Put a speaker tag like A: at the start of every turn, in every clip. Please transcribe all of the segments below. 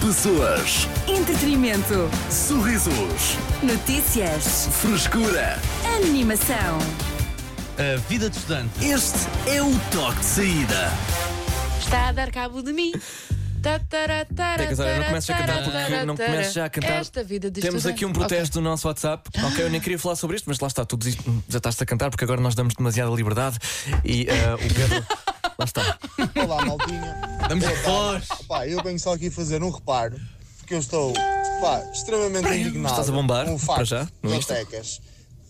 A: Pessoas,
B: Entretenimento.
A: sorrisos,
B: Notícias.
A: frescura.
B: Animação.
C: A vida de estudante.
A: Este é o toque de saída.
D: Está a dar cabo de mim.
E: Até casar, É eu não começo a cantar porque não começo já a cantar.
D: Esta vida de
E: Temos
D: estudante.
E: aqui um protesto do nosto WhatsApp. Ok, eu nem queria falar sobre isto, mas lá está, tu desist- desataste a cantar porque agora nós damos demasiada liberdade e ah, o Pedro. lá está.
F: Olá, maltinha.
C: Damos voz.
F: Pá, eu venho só aqui fazer um reparo, porque eu estou pá, extremamente indignado
E: Estás a bombar,
F: com o
E: para
F: facto
E: já, no
F: de
E: Insta.
F: Tecas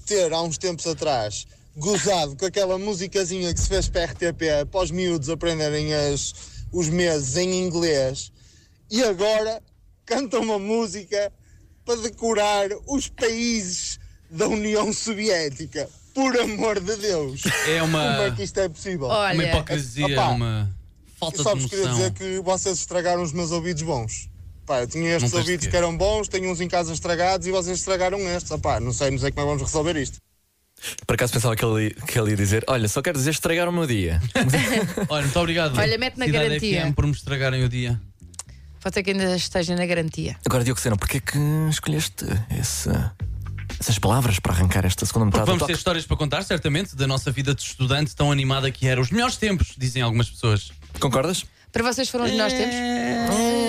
F: ter, há uns tempos atrás, gozado com aquela musicazinha que se fez para a RTP, para os miúdos aprenderem as, os meses em inglês, e agora canta uma música para decorar os países da União Soviética. Por amor de Deus!
C: É
F: Como é que
C: uma,
F: isto é possível?
C: uma
D: Olha,
C: hipocrisia,
F: Opa.
C: uma falta
F: Eu
C: de
F: só vos queria dizer
C: noção.
F: que vocês estragaram os meus ouvidos bons. Pá, eu tinha
C: tens
F: estes
C: de
F: ouvidos
C: quê?
F: que eram bons, tenho uns em casa estragados e vocês estragaram estes. Ah, pá, não sei, não sei como é que vamos resolver isto.
E: Por acaso pensava que ele, que ele ia dizer: Olha, só quero dizer estragar o meu dia.
C: Olha, muito obrigado.
D: Olha, mete na
C: Cidade
D: garantia.
C: FM por me estragarem o dia.
D: pode ser que ainda esteja na garantia.
E: Agora, Diogo Sena, porquê que escolheste esse- essas palavras para arrancar esta segunda
C: Porque
E: metade do
C: vamos ter
E: toque?
C: histórias para contar, certamente, da nossa vida de estudante tão animada que era. Os melhores tempos, dizem algumas pessoas.
E: Concordas?
D: Para vocês foram os nós temos?
C: É,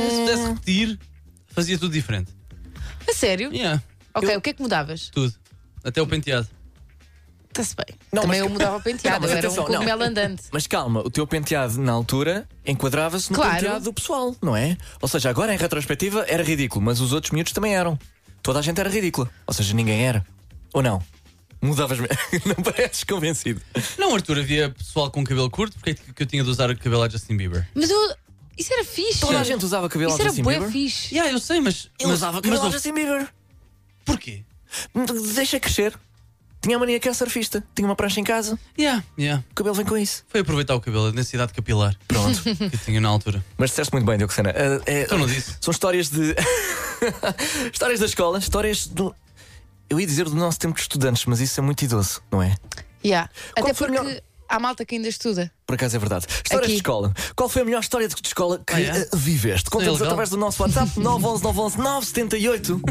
C: Se pudesse repetir, fazia tudo diferente.
D: A sério?
C: Yeah,
D: Ok, o que é que mudavas?
C: tudo. Até o penteado.
D: Está-se bem.
E: Não,
D: Também
E: mas-
D: eu mudava o penteado,
E: Não, mas
D: eu era
E: atenção,
D: um
E: não.
D: cogumelo andante.
E: Mas calma, o teu penteado na altura enquadrava-se no
D: Claro.
E: penteado do pessoal, não é? Ou seja, agora em retrospectiva era ridículo, mas os outros miúdos também eram. Toda a gente era ridícula. Ou seja, ninguém era. Ou não? Mudavas. me- não pareces convencido.
C: Não, Arthur, havia pessoal com cabelo curto, porque é que eu tinha de usar o cabelo a Justin Bieber?
D: Mas eu. Isso era fixe.
E: Toda a gente usava cabelo
D: Isso
E: ao
D: era
E: Justin
D: bué
E: Bieber.
D: fixe.
C: Yeah, eu sei, mas.
E: Eu
C: mas,
E: usava
C: mas
E: cabelo ao Justin Bieber.
C: Porquê?
E: Deixa crescer. Tinha a mania que era surfista. Tinha uma prancha em casa.
C: Yeah, yeah.
E: O cabelo vem com isso.
C: Foi aproveitar o cabelo, a densidade capilar. Pronto. Que eu tinha na altura.
E: Mas disseste muito bem, Diogo Sena. Ah, é-
C: Então não disse.
E: São histórias de. histórias da escola, histórias do. Eu ia dizer do nosso tempo de estudantes, mas isso é muito idoso, não é?
D: Yeah. Até
E: foi a
D: porque
E: melhor-
D: há malta que ainda estuda.
E: Por acaso é verdade. Histórias
D: Aqui.
E: de escola. Qual foi a melhor história de de escola que
C: Ah, é?
E: eh, viveste? Conta-nos
C: legal.
E: através do nosso WhatsApp 911 911 978.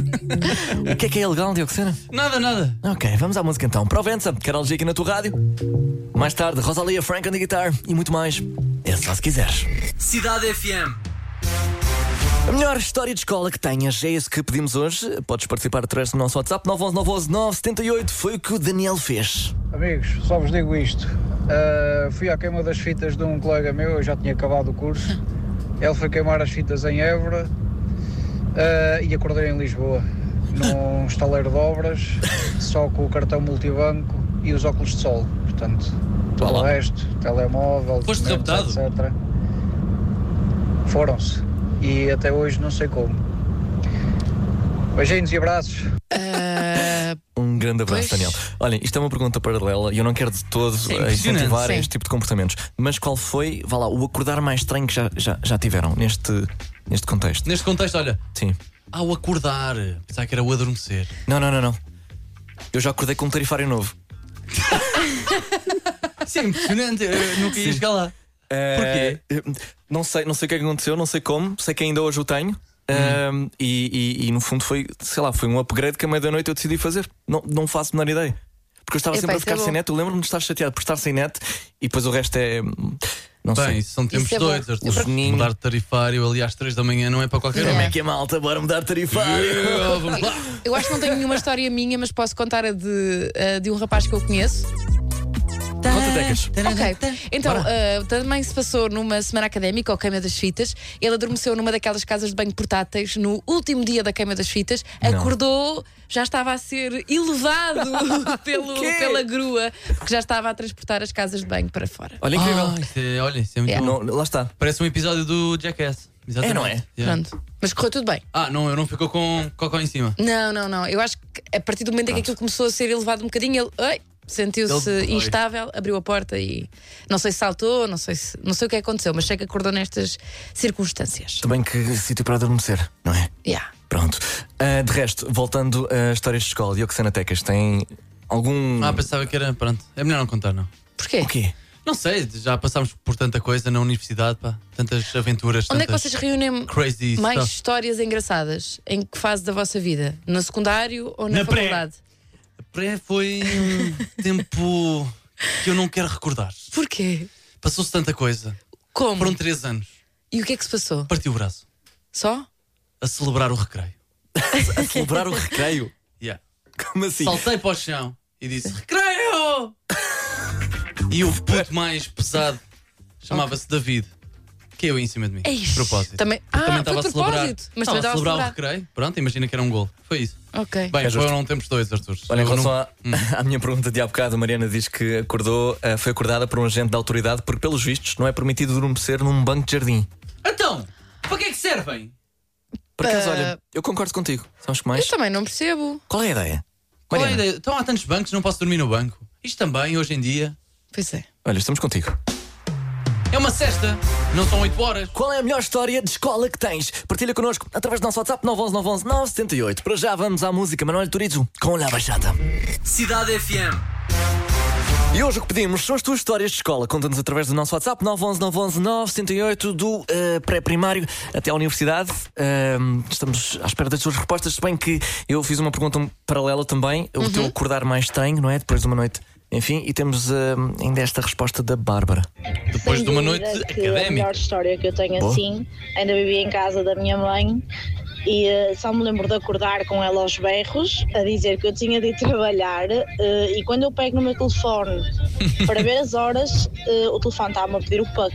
E: o que é que é ilegal, Dioxena?
C: Nada, nada.
E: Ok, vamos à música então. Provença, Carol G aqui na tua rádio. Mais tarde, Rosalia Frank on the guitar e muito mais. É só se quiseres.
A: Cidade FM.
E: A melhor história de escola que tenhas é isso que pedimos hoje. Podes participar através do nosso WhatsApp 911 978. Foi o que o Daniel fez.
G: Amigos, só vos digo isto. Uh, fui à queima das fitas de um colega meu, eu já tinha acabado o curso. Ele foi queimar as fitas em Évora uh, e acordei em Lisboa, num estaleiro de obras, só com o cartão multibanco e os óculos de sol. Portanto, tudo
E: Olá.
G: o resto, telemóvel,
C: Foste
G: documentos, etc. Foram-se. E até hoje não sei como. Beijinhos e abraços.
E: Um grande abraço,
D: Pois.
E: Daniel. Olhem, isto é uma pergunta paralela e eu não quero de todo
C: Sim,
E: eh, incentivar
C: impressionante.
E: este tipo de comportamentos. Mas qual foi, vá lá, o acordar mais estranho que já, já, já tiveram neste, neste contexto?
C: Neste contexto, olha,
E: Sim.
C: ao acordar, pensava que era o adormecer.
E: Não, não, não, não. Eu já acordei com um tarifário novo.
C: Isso é impressionante, eu nunca ia chegar lá.
E: Eh, Não sei, não sei o que é que aconteceu, não sei como, sei que ainda hoje o tenho.
D: Hum.
E: Eh, e, e- e, no fundo foi, sei lá, foi um upgrade que a meia-noite eu decidi fazer. Não, não faço a menor ideia. Porque eu estava
D: Epá,
E: sempre a
D: isso
E: ficar
D: é
E: sem
D: bom.
E: net, eu lembro-me de estar chateado por estar sem net e depois o resto é. hum, Não
C: Bem,
E: sei.
C: isso são tempos
D: Isso é bom.
C: doidos, Arthur.
E: O soninho.
C: Mudar de tarifário ali às 3 da manhã não é para qualquer
E: Como
C: um.
E: é que é malta? Bora mudar de tarifário.
C: Eu, vamos lá.
D: Eu acho que não tenho nenhuma história minha, mas posso contar a de, a de um rapaz que eu conheço.
E: Conta, Tecas.
D: Ok, então ah, também se passou numa semana académica ou queima das fitas. Ele adormeceu numa daquelas casas de banho portáteis no último dia da queima das fitas. Acordou, já estava a ser elevado pelo, pela grua que já estava a transportar as casas de banho para fora.
E: Olha, incrível.
C: Ah, isso é- olha, isso é muito
D: É.
C: bom.
E: Não, lá está.
C: Parece um episódio do Jackass. Exatamente.
E: É, não é?
C: Yeah.
D: Pronto, mas correu tudo bem.
C: Ah, não, eu não ficou com cocó em cima.
D: Não, não, não. Eu acho que a partir do momento em que aquilo começou a ser elevado um bocadinho, ele ai, sentiu-se
C: Ah. Ele-
D: instável, abriu a porta e não sei se saltou, não sei, se, não sei o que aconteceu, mas sei que acordou nestas circunstâncias.
E: Também que sítio para adormecer, não é?
D: Yeah.
E: Pronto. Ah, de resto, voltando a histórias de escola, Dioxena Tecas, tem algum. Ah,
C: Ah, pensava que era. Pronto. É melhor não contar, não.
D: Porquê?
E: O quê?
C: Não sei, já passámos por tanta coisa na universidade, pá. Tantas aventuras.
D: Onde é que
C: tantas
D: vocês reúnem
C: Crazy
D: mais
C: stuff.
D: histórias engraçadas? Em que fase da vossa vida? No secundário ou na,
C: Na pré.
D: faculdade?
C: A pré foi um tempo que eu não quero recordar.
D: Porquê?
C: Passou-se tanta coisa.
D: Como?
C: Foram três anos.
D: E o que é que se passou?
C: Parti o braço.
D: Só?
C: A celebrar o recreio.
E: A celebrar o recreio.
C: Yeah.
E: Como assim?
C: Saltei para o chão e disse: Recreio! e o puto mais pesado chamava-se David. Caiu em cima de mim.
D: É isso.
C: De propósito.
D: Também-
C: Eu
D: Ah,
C: também
D: foi
C: estava a
D: de
C: celebrar.
D: propósito, mas também
C: estava a
D: estava a
C: celebrar o
D: celebrar.
C: recreio. Pronto, imagina que era um gol. Foi isso.
D: Ok.
C: Bem,
E: É justo.
C: foram um tempos dois, Arthur.
E: Olha, em
C: Eu
E: relação
C: não-
E: à, à minha pergunta de há bocado, a Mariana diz que acordou, eh, foi acordada por um agente da autoridade porque, pelos vistos, não é permitido adormecer num banco de jardim.
C: Então, para que é que servem?
E: Por acaso,
D: Pá.
E: olha, eu concordo contigo. Sabes que
D: Eu
E: mais?
D: também não percebo.
E: Qual é a ideia?
C: Qual é a
E: Mariana,
C: ideia? Então há tantos bancos, não posso dormir no banco. Isto também, hoje em dia,
D: Pois é.
E: olha, estamos contigo.
C: é uma cesta. Não são 8 horas.
E: Qual é a melhor história de escola que tens? Partilha connosco através do nosso WhatsApp 911 911 978. Para já vamos à música Manuel Turizo com La Bachata.
A: Cidade FM.
E: E hoje o que pedimos são as tuas histórias de escola. Conta-nos através do nosso WhatsApp 911 911 978 do eh, pré-primário até à universidade. Ehm, estamos à espera das tuas respostas, se bem que eu fiz uma pergunta um paralela também. O teu acordar mais estranho, não é? Depois de uma noite. Enfim, e temos ehm, ainda esta resposta da Bárbara.
C: Depois
H: Sem
C: de uma noite
H: dúvida que é A melhor
C: académica.
H: história que eu tenho
E: Boa.
H: assim, ainda vivia em casa da minha mãe e eh, só me lembro de acordar com ela aos berros a dizer que eu tinha de ir trabalhar eh, e quando eu pego no meu telefone para ver as horas, eh, o telefone estava-me a pedir o puck.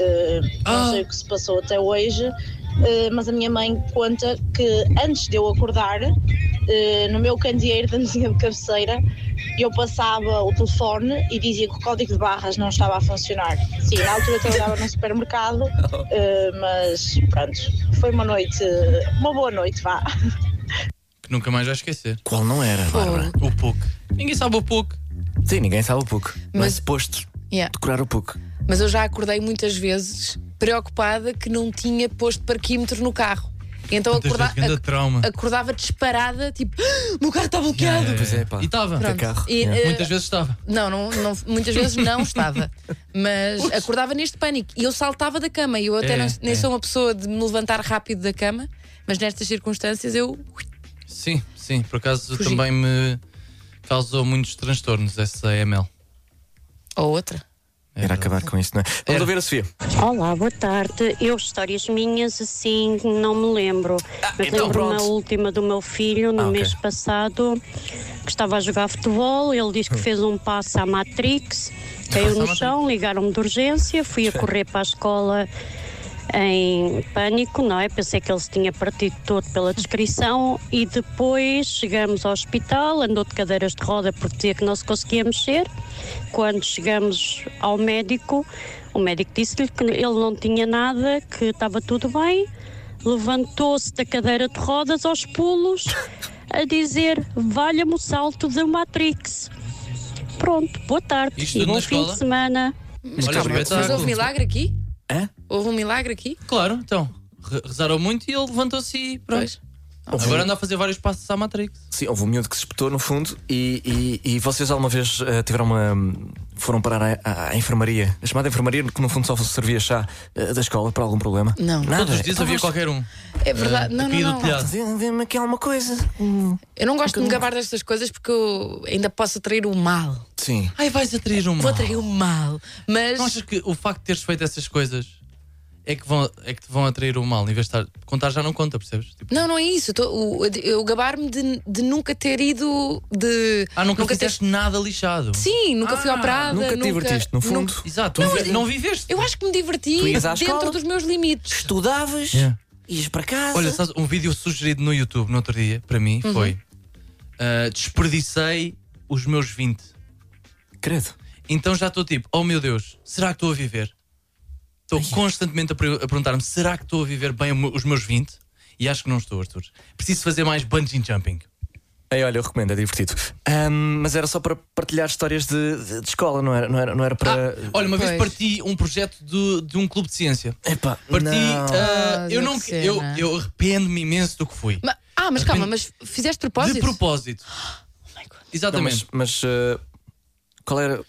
H: Eh,
C: Ah.
H: Não sei o que se passou até hoje, eh, mas a minha mãe conta que antes de eu acordar, eh, no meu candeeiro da mesinha de cabeceira, eu passava o telefone e dizia que o código de barras não estava a funcionar. Sim, na altura eu trabalhava num supermercado, eh, mas pronto, foi uma noite, uma boa noite, vá.
C: Que nunca mais vai esquecer.
E: Qual não era, Bárbara?
C: O PUC. Ninguém sabe o PUC.
E: Sim, ninguém sabe o PUC. Não é
D: Mas-
E: suposto
D: Yeah.
E: decorar o PUC.
D: Mas eu já acordei muitas vezes preocupada que não tinha posto parquímetro no carro. Então
C: Muitas
D: acorda-
C: vezes, grande
D: ac-
C: trauma.
D: acordava disparada, tipo, "Ah, meu carro está bloqueado.
E: Pois é, pá.
C: E estava.
E: Pronto. carro.
D: E,
E: Yeah.
D: eh,
C: Muitas vezes estava.
D: Não, não, não- muitas vezes não estava. Mas acordava neste pânico. E eu saltava da cama. E eu até
C: É,
D: não- nem
C: é.
D: sou uma pessoa de me levantar rápido da cama, mas nestas circunstâncias eu.
C: Sim, sim. Por acaso
D: Fugi.
C: também me causou muitos transtornos essa ML.
D: Ou outra.
E: Era acabar com isso, não é? Vamos
C: Era.
E: ouvir a Sofia.
I: Olá, boa tarde. Eu histórias minhas assim não me lembro. Mas
E: então
I: lembro-me a
E: pronto.
I: última do meu filho no
E: Ah, ok.
I: mês passado que estava a jogar futebol. Ele disse que fez um passo à Matrix, caiu no
C: à
I: chão, ligaram-me de urgência, fui a correr para a escola em pânico, não é? Pensei que ele se tinha partido todo pela descrição e depois chegamos ao hospital, andou de cadeiras de roda porque dizia que não se conseguia mexer. Quando chegamos ao médico, o médico disse-lhe que ele não tinha nada, que estava tudo bem, levantou-se da cadeira de rodas aos pulos a dizer valha-me o salto da Matrix. Pronto, boa tarde
C: Isto
I: e
C: tudo
I: bom
C: na
I: fim
C: escola?
I: de semana.
D: Mas
C: Olha,
D: calma,
C: espetáculo.
D: mas houve milagre aqui?
E: Hã?
D: Houve um milagre aqui?
C: Claro, então. Re- Rezaram muito e ele levantou-se e pronto.
D: Pois.
C: Agora anda a fazer vários passos à Matrix.
E: Sim, houve um miúdo que se espetou no fundo e, e, e vocês alguma vez eh, tiveram uma. foram parar à, à- à enfermaria, a chamada enfermaria, que no fundo só servia chá eh, da escola para algum problema?
D: Não.
E: Nada. Então,
C: Todos os dias havia qualquer um.
D: É verdade.
C: Ah,
D: não,
C: a
D: não,
C: cair do
D: não.
C: telhado.
E: Dê-me aqui alguma coisa.
D: Eu não gosto de me gabar destas coisas porque eu ainda posso atrair o mal.
E: Sim.
C: Ai, vais atrair um
D: Vou
C: mal.
D: atrair o mal.
C: Não
D: Mas.
C: achas que o facto de teres feito essas coisas é que, vão, é que te vão atrair o mal? Em vez de estar, contar já não conta, percebes? Tipo,
D: Não, não é isso. Eu, tô- o- eu gabar-me de, de nunca ter ido. De,
C: ah, nunca,
D: nunca ter
C: fizeste nada lixado.
D: Sim, nunca fui
C: Ah,
D: operada.
E: nunca te divertiste, no fundo.
D: nunca-
C: Exato,
D: Não,
C: não,
D: mas-
C: não viveste.
D: Eu acho que me
E: Tu
D: diverti
E: ias à
D: dentro
E: escola?
D: dos meus limites.
E: Estudavas,
C: Yeah.
E: ias para casa.
C: É.
E: Uhum.
C: Olha, sabes, um vídeo sugerido no YouTube no outro dia, para mim, foi ah, Desperdicei os meus 20.
E: credo.
C: Então já estou tipo, oh meu Deus, será que estou a viver? Estou
E: é.
C: constantemente a, pre- a perguntar-me, será que estou a viver bem o meu- os meus 20? E acho que não estou, Arthur. Preciso fazer mais bungee jumping.
E: Ei, olha, eu recomendo, é divertido. Ahm, mas era só para partilhar histórias de, de- de escola, não era, não era, não era para.
C: Ah, Olha, uma vez
D: Ah, Pois.
C: parti um projeto de, de um clube de ciência.
E: Epá,
C: Parti.
E: não.
C: ah,
D: Ah,
C: eu,
D: que
C: não,
D: cena.
C: eu, eu arrependo-me imenso do que fui.
D: Ma- ah, mas calma, mas fizeste propósito?
C: De propósito.
D: Oh my God.
E: Não,
C: Exatamente.
E: mas mas, eh, qual era.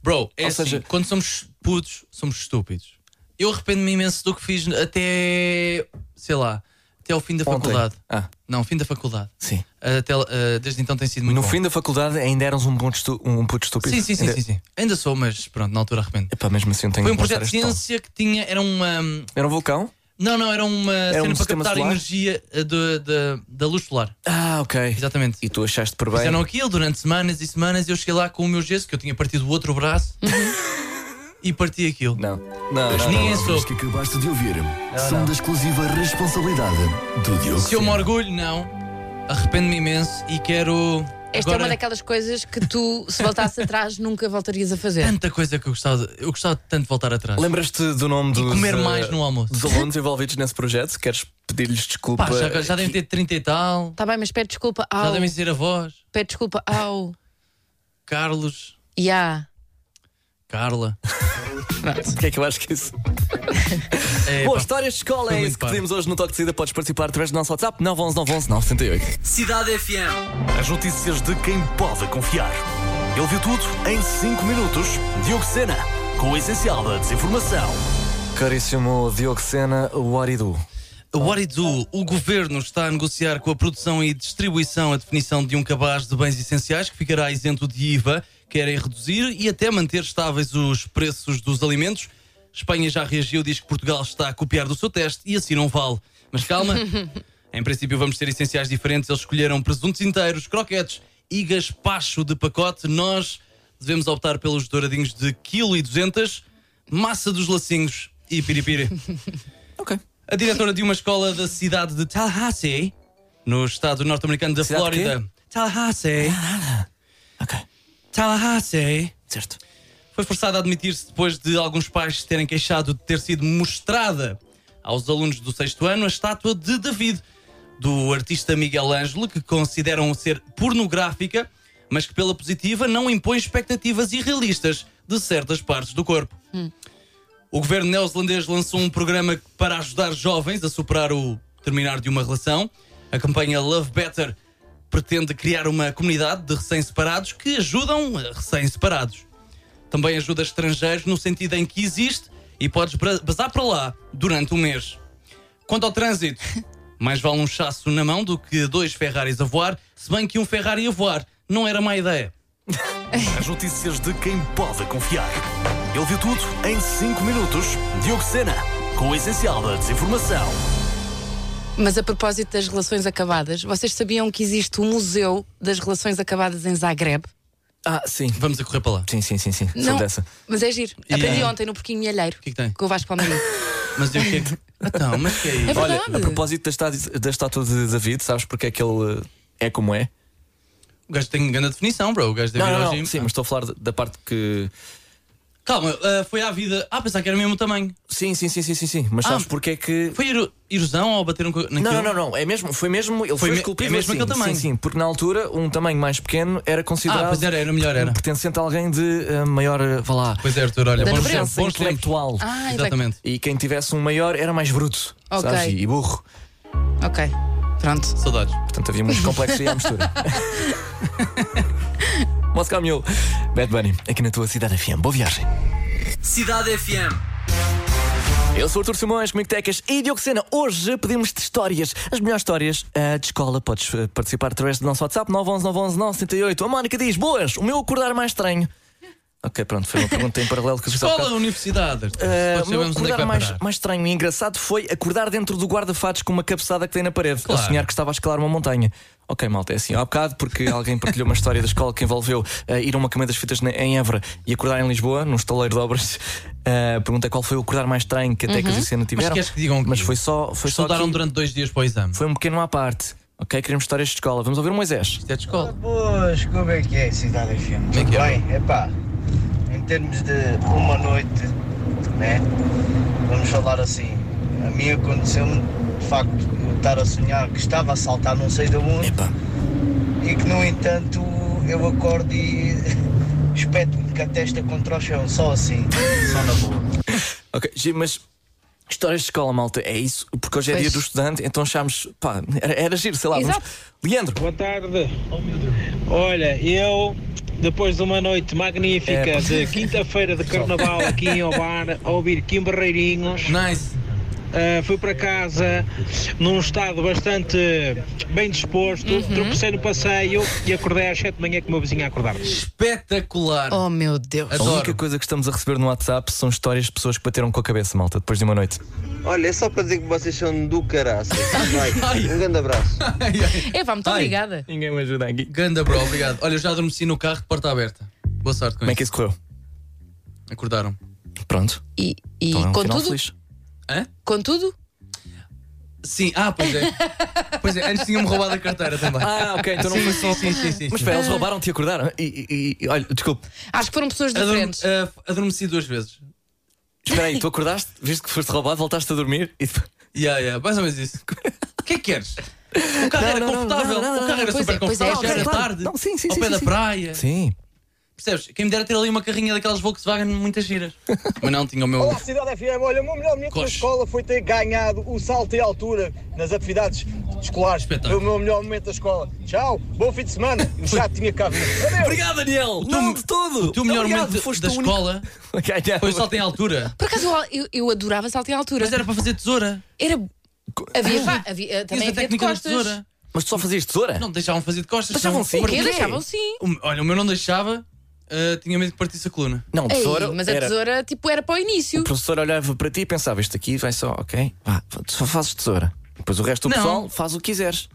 C: Bro, é
E: Ou
C: assim,
E: seja-
C: quando somos putos, somos estúpidos. Eu arrependo-me imenso do que fiz até, sei lá, até ao fim da
E: Ontem.
C: faculdade.
E: Ah,
C: Não, fim da faculdade.
E: sim.
C: Até, eh, desde então tem sido muito
E: No
C: bom.
E: fim da faculdade ainda eras um, bom estu- um puto estúpido.
C: Sim, sim, sim,
E: Ainda-
C: sim, sim. Ainda sou, mas pronto, na altura arrependo.
E: Epá, mesmo assim, eu tenho
C: Foi um
E: que mostrar
C: projeto de
E: este tom.
C: ciência que tinha, era uma.
E: Era um vulcão?
C: Não, não, era uma cena
E: um
C: para
E: sistema
C: captar
E: solar?
C: energia eh, do- da- da luz solar.
E: Ah, ok.
C: Exatamente.
E: E tu achaste por bem.
C: Fizeram aquilo durante semanas e semanas e eu cheguei lá com o meu gesso, que eu tinha partido o outro braço e parti aquilo.
E: Não. Não, não,
C: Ninguém
J: As
C: soube.
J: que acabaste de ouvir são da exclusiva responsabilidade do Diogo.
C: Se eu me
J: Sena.
C: orgulho, não. Arrependo-me imenso e quero.
D: Esta é
C: agora,
D: uma daquelas coisas que tu, se voltasse atrás, nunca voltarias a fazer.
C: Tanta coisa que eu gostava. de- Eu gostava de tanto voltar atrás.
E: Lembras-te do nome
C: E
E: dos,
C: comer
E: eh,
C: mais no almoço.
E: dos alunos envolvidos nesse projeto? Queres pedir-lhes desculpa?
C: Pá, já, já devem ter 30 e tal.
D: Tá bem, mas pede desculpa
C: Já
D: ao.
C: devem dizer a voz.
D: Pede desculpa ao.
C: Carlos,
D: Ya.
C: Carla.
E: O que é que eu acho que isso?
C: É,
E: Boa,
C: pá,
E: histórias de escola
C: Foi
E: é
C: muito
E: isso que
C: par.
E: pedimos hoje no Toque de Saída. Podes participar através do nosso WhatsApp 911 911 978.
A: Cidade FM,
J: As notícias de quem pode confiar. Ele viu tudo em 5 minutos. Diogo Sena, com o essencial da desinformação.
E: Caríssimo Diogo Sena, what do?
C: What it do? O governo está a negociar com a produção e distribuição a definição de um cabaz de bens essenciais que ficará isento de IVA. Querem reduzir e até manter estáveis os preços dos alimentos. Espanha já reagiu, diz que Portugal está a copiar do seu teste e assim não vale. Mas calma, em princípio vamos ter essenciais diferentes. Eles escolheram presuntos inteiros, croquetes e gaspacho de pacote. Nós devemos optar pelos douradinhos de quilo e 200, massa dos lacinhos e piripiri.
E: Ok.
C: A diretora de uma escola da cidade de Tallahassee, no estado norte-americano da
E: Cidade de quê?
C: Flórida. Tallahassee.
E: Ok.
C: Tallahassee.
E: Certo.
C: Foi forçada a admitir-se depois de alguns pais se terem queixado de ter sido mostrada aos alunos do sexto ano a estátua de David, do artista Miguel Ângelo, que consideram ser pornográfica, mas que pela positiva não impõe expectativas irrealistas de certas partes do corpo. O governo neozelandês lançou um programa para ajudar jovens a superar o terminar de uma relação. A campanha Love Better pretende criar uma comunidade de recém-separados que ajudam a recém-separados. Também ajuda estrangeiros no sentido em que existe e podes bra- bazar para lá durante um mês. Quanto ao trânsito, mais vale um chasso na mão do que dois Ferraris a voar, se bem que um Ferrari a voar não era má ideia.
J: As notícias de quem pode confiar. Ele viu tudo em 5 minutos. Diogo Sena, com o essencial da desinformação.
D: Mas a propósito das relações acabadas, vocês sabiam que existe o Museu das Relações Acabadas em Zagreb?
E: Ah, sim.
C: Vamos a correr para lá.
E: Sim, sim, sim, sim. Sou dessa.
D: mas é giro.
C: E-
D: Aprendi ontem no Porquinho Milheiro. O
C: que é que tem?
D: Com o Vasco Palmeirinho.
C: Mas eu que é que. Então, mas que é
D: É
C: isso?
E: Olha,
D: verdade.
E: a propósito da estátua, da estátua de David, sabes porque é que ele eh, é como é?
C: O gajo tem grande definição, bro. O gajo deve
E: Não,
C: ir
E: não,
C: ao
E: não.
C: gym.
E: Sim, mas estou a falar da- da parte que.
C: Calma, ah, foi à vida. Ah, pensava que era o mesmo tamanho.
E: Sim, sim, sim, sim, sim. sim. Mas
C: Ah,
E: sabes porque é que.
C: Foi ero- erosão ou bateram co- naquilo?
E: Não, não, não, não. É mesmo, foi mesmo. Ele foi,
C: Foi me-
E: esculpido.
C: é mesmo
E: assim.
C: aquele tamanho.
E: Sim, sim, porque na altura um tamanho mais pequeno era considerado
C: Ah, pois era, era melhor, era.
E: pertencente a alguém de eh, maior, eh, vá lá,
C: Pois é, Arthur, olha,
D: Da
C: bons
D: nobreza
C: tempos, bons tempos.
E: intelectual.
D: Ah,
C: Exatamente.
E: E quem tivesse um maior era mais bruto,
D: Ok.
E: sabes? E burro.
D: Ok. Pronto.
C: Saudades.
E: Portanto, havia muito complexo aí à mistura. Moscow Mule, Bad Bunny, aqui na tua cidade FM. Boa viagem.
A: Cidade FM,
E: Eu sou o Artur Simões, comigo Tecas e Diogo Sena. Hoje pedimos-te histórias, as melhores histórias eh, de escola. Podes eh, participar através do nosso WhatsApp 911 911 978. A Mónica diz, boas, o meu acordar mais estranho. Ok, pronto, foi uma pergunta em paralelo que eu fiz há
C: Escola,
E: bocado.
C: universidade. Arthur.
J: Ah,
E: Eh,
C: Depois
E: o meu
C: sabemos onde é que
E: acordar
C: vai
E: mais,
C: parar.
E: mais estranho e engraçado foi acordar dentro do guarda-fatos com uma cabeçada que tem na parede,
C: Claro.
E: a sonhar que estava a escalar uma montanha. Ok, malta, é assim. Há bocado, porque alguém partilhou uma história da escola que envolveu eh, ir a uma cama das fitas na- em Évora e acordar em Lisboa, num estaleiro de obras. Eh, pergunta qual foi o acordar mais estranho que até que a cena
C: Uhum. Mas
E: tiveram.
C: queres que digam que
E: Mas foi só. Foi só
C: estudaram
E: aqui.
C: durante dois dias para o exame?
E: Foi um pequeno à parte. Ok, queremos histórias de escola. Vamos ouvir o Moisés.
C: Isto é de escola.
G: Pois, como é que é Cidade FM?
C: é
G: Tudo
C: que é?
G: bem? Epá, em termos de uma noite, né? Vamos falar assim. A mim aconteceu-me, de facto, eu estar a sonhar que estava a saltar não sei de onde
E: Epá,
G: e que, no entanto, eu acordo e espeto-me com a testa contra o chão, só assim, só na boa.
E: ok, Gi, mas
J: Histórias de escola, malta, é isso, porque hoje é
D: Pois.
J: dia do estudante, então achámos, pá, era, era giro, sei lá. vamos-
D: Exato.
J: Leandro,
G: Boa tarde.
C: Oh,
G: Olha, eu, depois de uma noite magnífica
J: É.
G: de quinta-feira de carnaval aqui em Obar, a ouvir Kim Barreirinhos,
C: Nice.
G: ah, fui para casa num estado bastante bem disposto, tropecei no passeio e acordei às 7 da manhã com o meu vizinho a acordar.
C: Espetacular.
D: Oh meu Deus.
J: a
C: Adoro.
J: única coisa que estamos a receber no WhatsApp são histórias de pessoas que bateram com a cabeça, malta, depois de uma noite.
K: Olha, é só para dizer que vocês são do caraças. Um grande abraço.
D: Eva, muito
C: Ai. Então
D: obrigada.
J: Ninguém me ajuda aqui.
C: Ganda, bro, obrigado. Olha, eu já adormeci no carro de porta aberta. Boa sorte com
J: Como é
C: isso.
J: que é? isso correu?
C: Acordaram.
J: Pronto,
D: E,
J: então é
D: e
J: um final
D: contudo,
J: feliz.
C: Hã?
D: contudo,
C: Sim, ah, pois é. pois é, antes tinham-me roubado a carteira também.
J: Ah, ok, então não
C: sim,
J: foi
C: sim, sim, sim, sim,
J: Mas
C: sim.
J: espera, eles roubaram-te e acordaram? E, e- e- olha, desculpe,
D: acho que foram pessoas
C: Adorme-
D: diferentes.
C: ah, adormeci duas vezes.
J: espera aí, tu acordaste, viste que foste roubado, voltaste a dormir e depois.
C: Yeah, yeah, mais ou menos isso. O que é que queres? O carro
J: Não,
C: era
J: não, não,
C: confortável,
J: não, não,
C: o carro era
D: não,
C: super
D: pois é, pois é,
C: confortável, já
D: ok,
C: era
J: claro.
C: tarde,
J: Não, sim, sim,
C: ao
J: sim,
C: pé da
J: sim.
C: praia.
J: Sim.
C: Percebes? Quem me dera ter ali uma carrinha daquelas Volkswagen muitas giras. Mas não tinha o
D: Oh,
C: meu.
K: Olá, Cidade FM. Olha, o meu melhor momento na
C: Coxa.
K: escola foi ter ganhado o salto e a altura nas atividades escolares. Foi o
C: Espetáculo.
K: meu melhor momento da escola. Tchau, bom fim de semana. O chato tinha cá vindo. Adeus.
J: Obrigado, Daniel!
C: teu-
J: Não de todo!
C: O teu melhor momento da escola foi só tem altura.
D: Por acaso eu, eu adorava salto em altura.
C: Mas era para fazer tesoura.
D: Era. Havia, fa- havia eh,
C: Tinhas
D: também
C: a
D: havia de
C: técnica da
D: costas.
C: tesoura.
J: Mas tu só fazias tesoura?
C: Não, deixavam fazer de costas.
J: Deixavam
C: senão-
J: sim.
D: Porquê?
J: Porquê?
D: Deixavam sim.
C: O- Olha, o meu não deixava, ah, tinha medo que partisse a coluna.
J: Não,
D: Ei,
J: tesoura.
D: mas a
J: era-
D: tesoura tipo era para o início.
J: O professor olhava para ti e pensava: Isto aqui vai só, ok? Vá, tu só fazes tesoura. Depois o resto do
C: Não.
J: pessoal faz o que quiseres.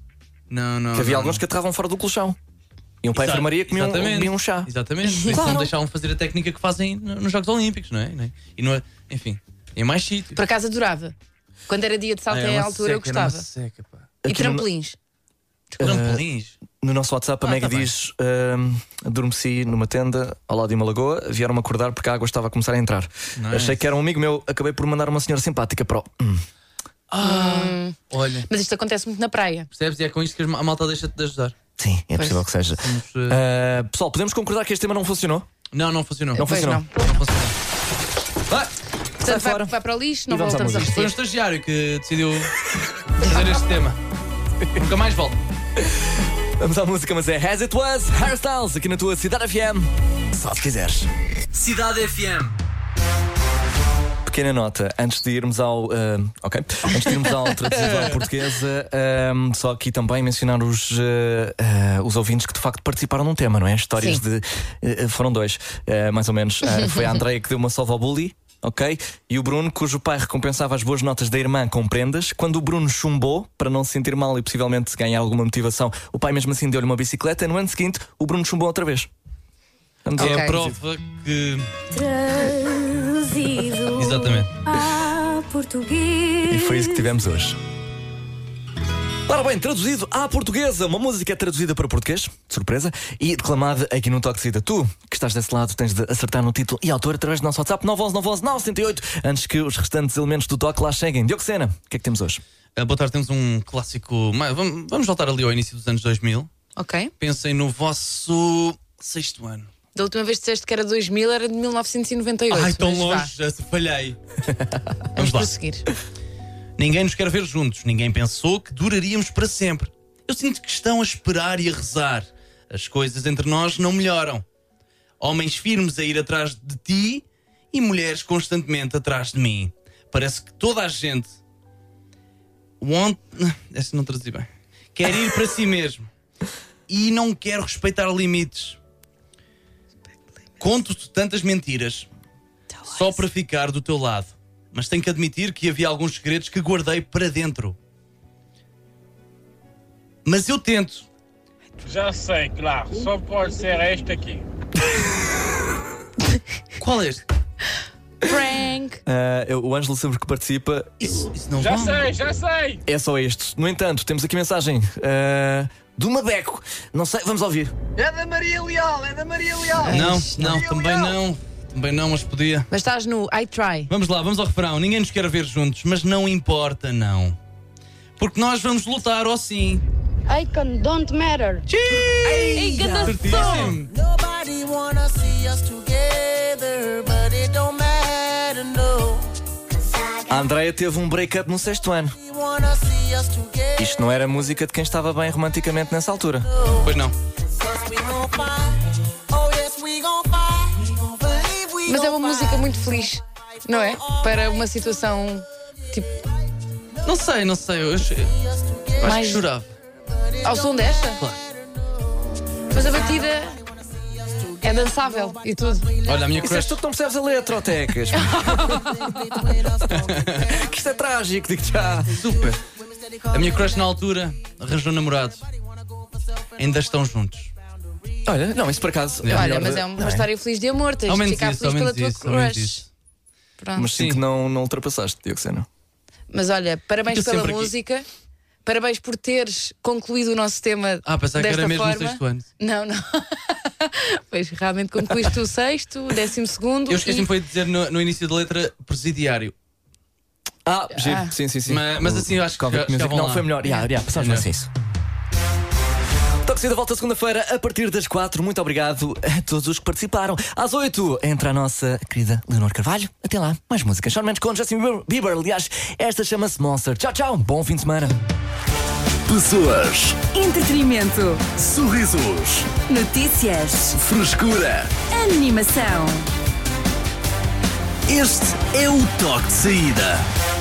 C: Não, não.
J: que havia
C: não,
J: alguns
C: não.
J: que aterravam fora do colchão.
E: um
J: Iam para a
C: Exato,
J: enfermaria e comiam,
C: exatamente.
J: comiam um chá.
C: Exatamente. Por isso
J: Claro.
C: não deixavam fazer a técnica que fazem no- nos Jogos Olímpicos, não é? Não é? E não é- Enfim, em mais sítios.
D: Por acaso adorava. Quando era dia de salto
C: Ah,
D: em
C: uma
D: altura eu
C: seca, era uma
D: gostava.
C: seca, pá.
D: E
J: Aqui no-
D: trampolins.
C: Trampolins.
J: No nosso WhatsApp, a
C: Ah,
J: Meg
C: tá bem.
J: diz: "Ahm, Adormeci numa tenda ao lado de uma lagoa, vieram-me acordar porque a água estava a começar a entrar.
C: Nice.
J: Achei que era um amigo meu, acabei por mandar uma senhora simpática para o. "Hum,
C: Ah,
D: Hum.
C: Olha,
D: Mas isto acontece muito na praia.
C: percebes? E é com isto que a malta deixa-te de ajudar.
J: Sim, é possível que seja.
C: Somos, eh,
J: Ah, pessoal, podemos concordar que este tema não funcionou?
C: Não, não funcionou.
J: Não
D: Pois
J: funcionou.
D: não.
C: Não funcionou.
J: Sai fora.
D: Portanto, vai, vai para o lixo,
J: E
D: não
J: vamos à
D: voltamos a
J: música.
C: Foi um
D: repetir.
C: estagiário que decidiu fazer este tema. Nunca mais volto.
J: Vamos à música, mas é As It Was, Hairstyles, aqui na tua Cidade FM. Só se quiseres.
L: Cidade FM.
J: Pequena nota, antes de irmos ao. ah, ok. Antes de irmos ao traduzido à portuguesa, ah, só aqui também mencionar os, ah, ah, os ouvintes que de facto participaram num tema, não é? Histórias
D: Sim.
J: de. ah, foram dois, ah, mais ou menos. Ah, foi a Andreia que deu uma salva ao bully. Ok? E o Bruno, cujo pai recompensava as boas notas da irmã com prendas, quando o Bruno chumbou para não se sentir mal e possivelmente ganhar alguma motivação, o pai mesmo assim deu-lhe uma bicicleta. No ano seguinte, o Bruno chumbou outra vez. Vamos
C: É
J: ao-
C: a prova que.
B: Traduzido
C: Uh. Exatamente.
B: a português.
J: E foi isso que tivemos hoje. Ora bem, traduzido à portuguesa, uma música traduzida para português, de surpresa, e declamada aqui no Toque de Saída. Tu, que estás desse lado, tens de acertar no título e autor através do nosso WhatsApp 911 911 978, antes que os restantes elementos do Toque lá cheguem. Diogo Sena, o que é que temos hoje?
C: Ah, boa tarde, temos um clássico. mas Vamos vamos voltar ali ao início dos anos 2000.
D: Ok.
C: Pensem no vosso sexto ano.
D: Da última vez que disseste que era 2000, era de 1998.
C: Ai, tão
D: mas vá,
C: longe, já se falhei.
D: Vamos
C: Vamos lá.
D: prosseguir.
C: Ninguém nos quer ver juntos, ninguém pensou que duraríamos para sempre. Eu sinto que estão a esperar e a rezar. As coisas entre nós não melhoram. Homens firmes a ir atrás de ti e mulheres constantemente atrás de mim. Parece que toda a gente. Want... Essa não traduzi bem. Quer ir para si mesmo e não quer respeitar limites. Conto-te tantas mentiras só para ficar do teu lado. Mas tenho que admitir que havia alguns segredos que guardei para dentro. Mas eu tento.
G: Já sei, claro, só pode ser esta aqui.
C: Qual é este?
D: Frank.
J: Ah, eu- o Ângelo sempre que participa
C: Isso, isso não
G: Já
C: vale.
G: sei, já sei!
J: é só este. No entanto, temos aqui mensagem ah, de uma Beco. Não sei, vamos ouvir.
K: É da Maria Leal, é da Maria Leal.
C: Não, não, também não. Também não, mas podia.
D: Mas estás no I Try.
C: Vamos lá, vamos ao refrão. Ninguém nos quer ver juntos, mas não importa, não. Porque nós vamos lutar, ou sim.
M: Icon don't matter.
C: Certíssimo.
B: Nobody wanna see us together, but it don't matter, no. Cause I
E: A Andreia teve um break-up no sexto ano. Isto não era música de quem estava bem romanticamente nessa altura.
C: Pois não.
D: Mas é uma música muito feliz, não é? Para uma situação tipo.
C: Não sei, não sei. Eu, eu, eu acho que
D: Mais-
C: chorava.
D: Ao som desta?
C: Claro.
D: Mas a batida é dançável e tudo.
C: Olha, a minha
E: Isso
C: crush.
E: és tu que não percebes a letra, ó Tecas. que isto é trágico, digo já.
C: Super. A minha crush na altura arranjou um namorado. Ainda estão juntos.
E: Olha, não, isso por acaso. é
D: Olha,
E: melhor
D: mas
E: de-
D: é uma
E: não
D: história feliz de amor, tens
C: Ao
D: de
C: menos
D: ficar
C: isso, ao
D: feliz
C: menos
D: pela tua
C: isso, ao menos
D: crush.
C: isso.
D: Pronto.
E: Mas sinto que não, não ultrapassaste, Dioceno.
D: Mas olha, parabéns
C: Fico
D: pela
C: sempre aqui.
D: música, parabéns por teres concluído o nosso tema.
C: Ah, pensava que
D: desta
C: era mesmo no
D: forma.
C: sexto ano.
D: Não, não. pois realmente concluíste o sexto, o décimo segundo.
C: Eu esqueci-me
D: e-
C: foi de dizer no, no início da letra presidiário.
E: Ah, giro, sim, sim, sim.
C: Mas- mas assim, eu acho que
E: Covid
C: já- já
E: Music
C: vão
E: não
C: lá.
E: foi melhor. Yeah, yeah, passamos
C: Melhor.
E: mais a é isso. Toque de volta segunda-feira a partir das quatro. Muito obrigado a todos os que participaram. Às oito entra a nossa querida Leonor Carvalho. Até lá, mais música. Shawn Mendes com Justin Bieber- Bieber. Aliás, esta chama-se Monster. Tchau, tchau. Bom fim de semana.
J: Pessoas,
B: Entretenimento.
J: sorrisos,
B: Notícias.
J: frescura.
B: Animação.
J: Este é o toque de saída.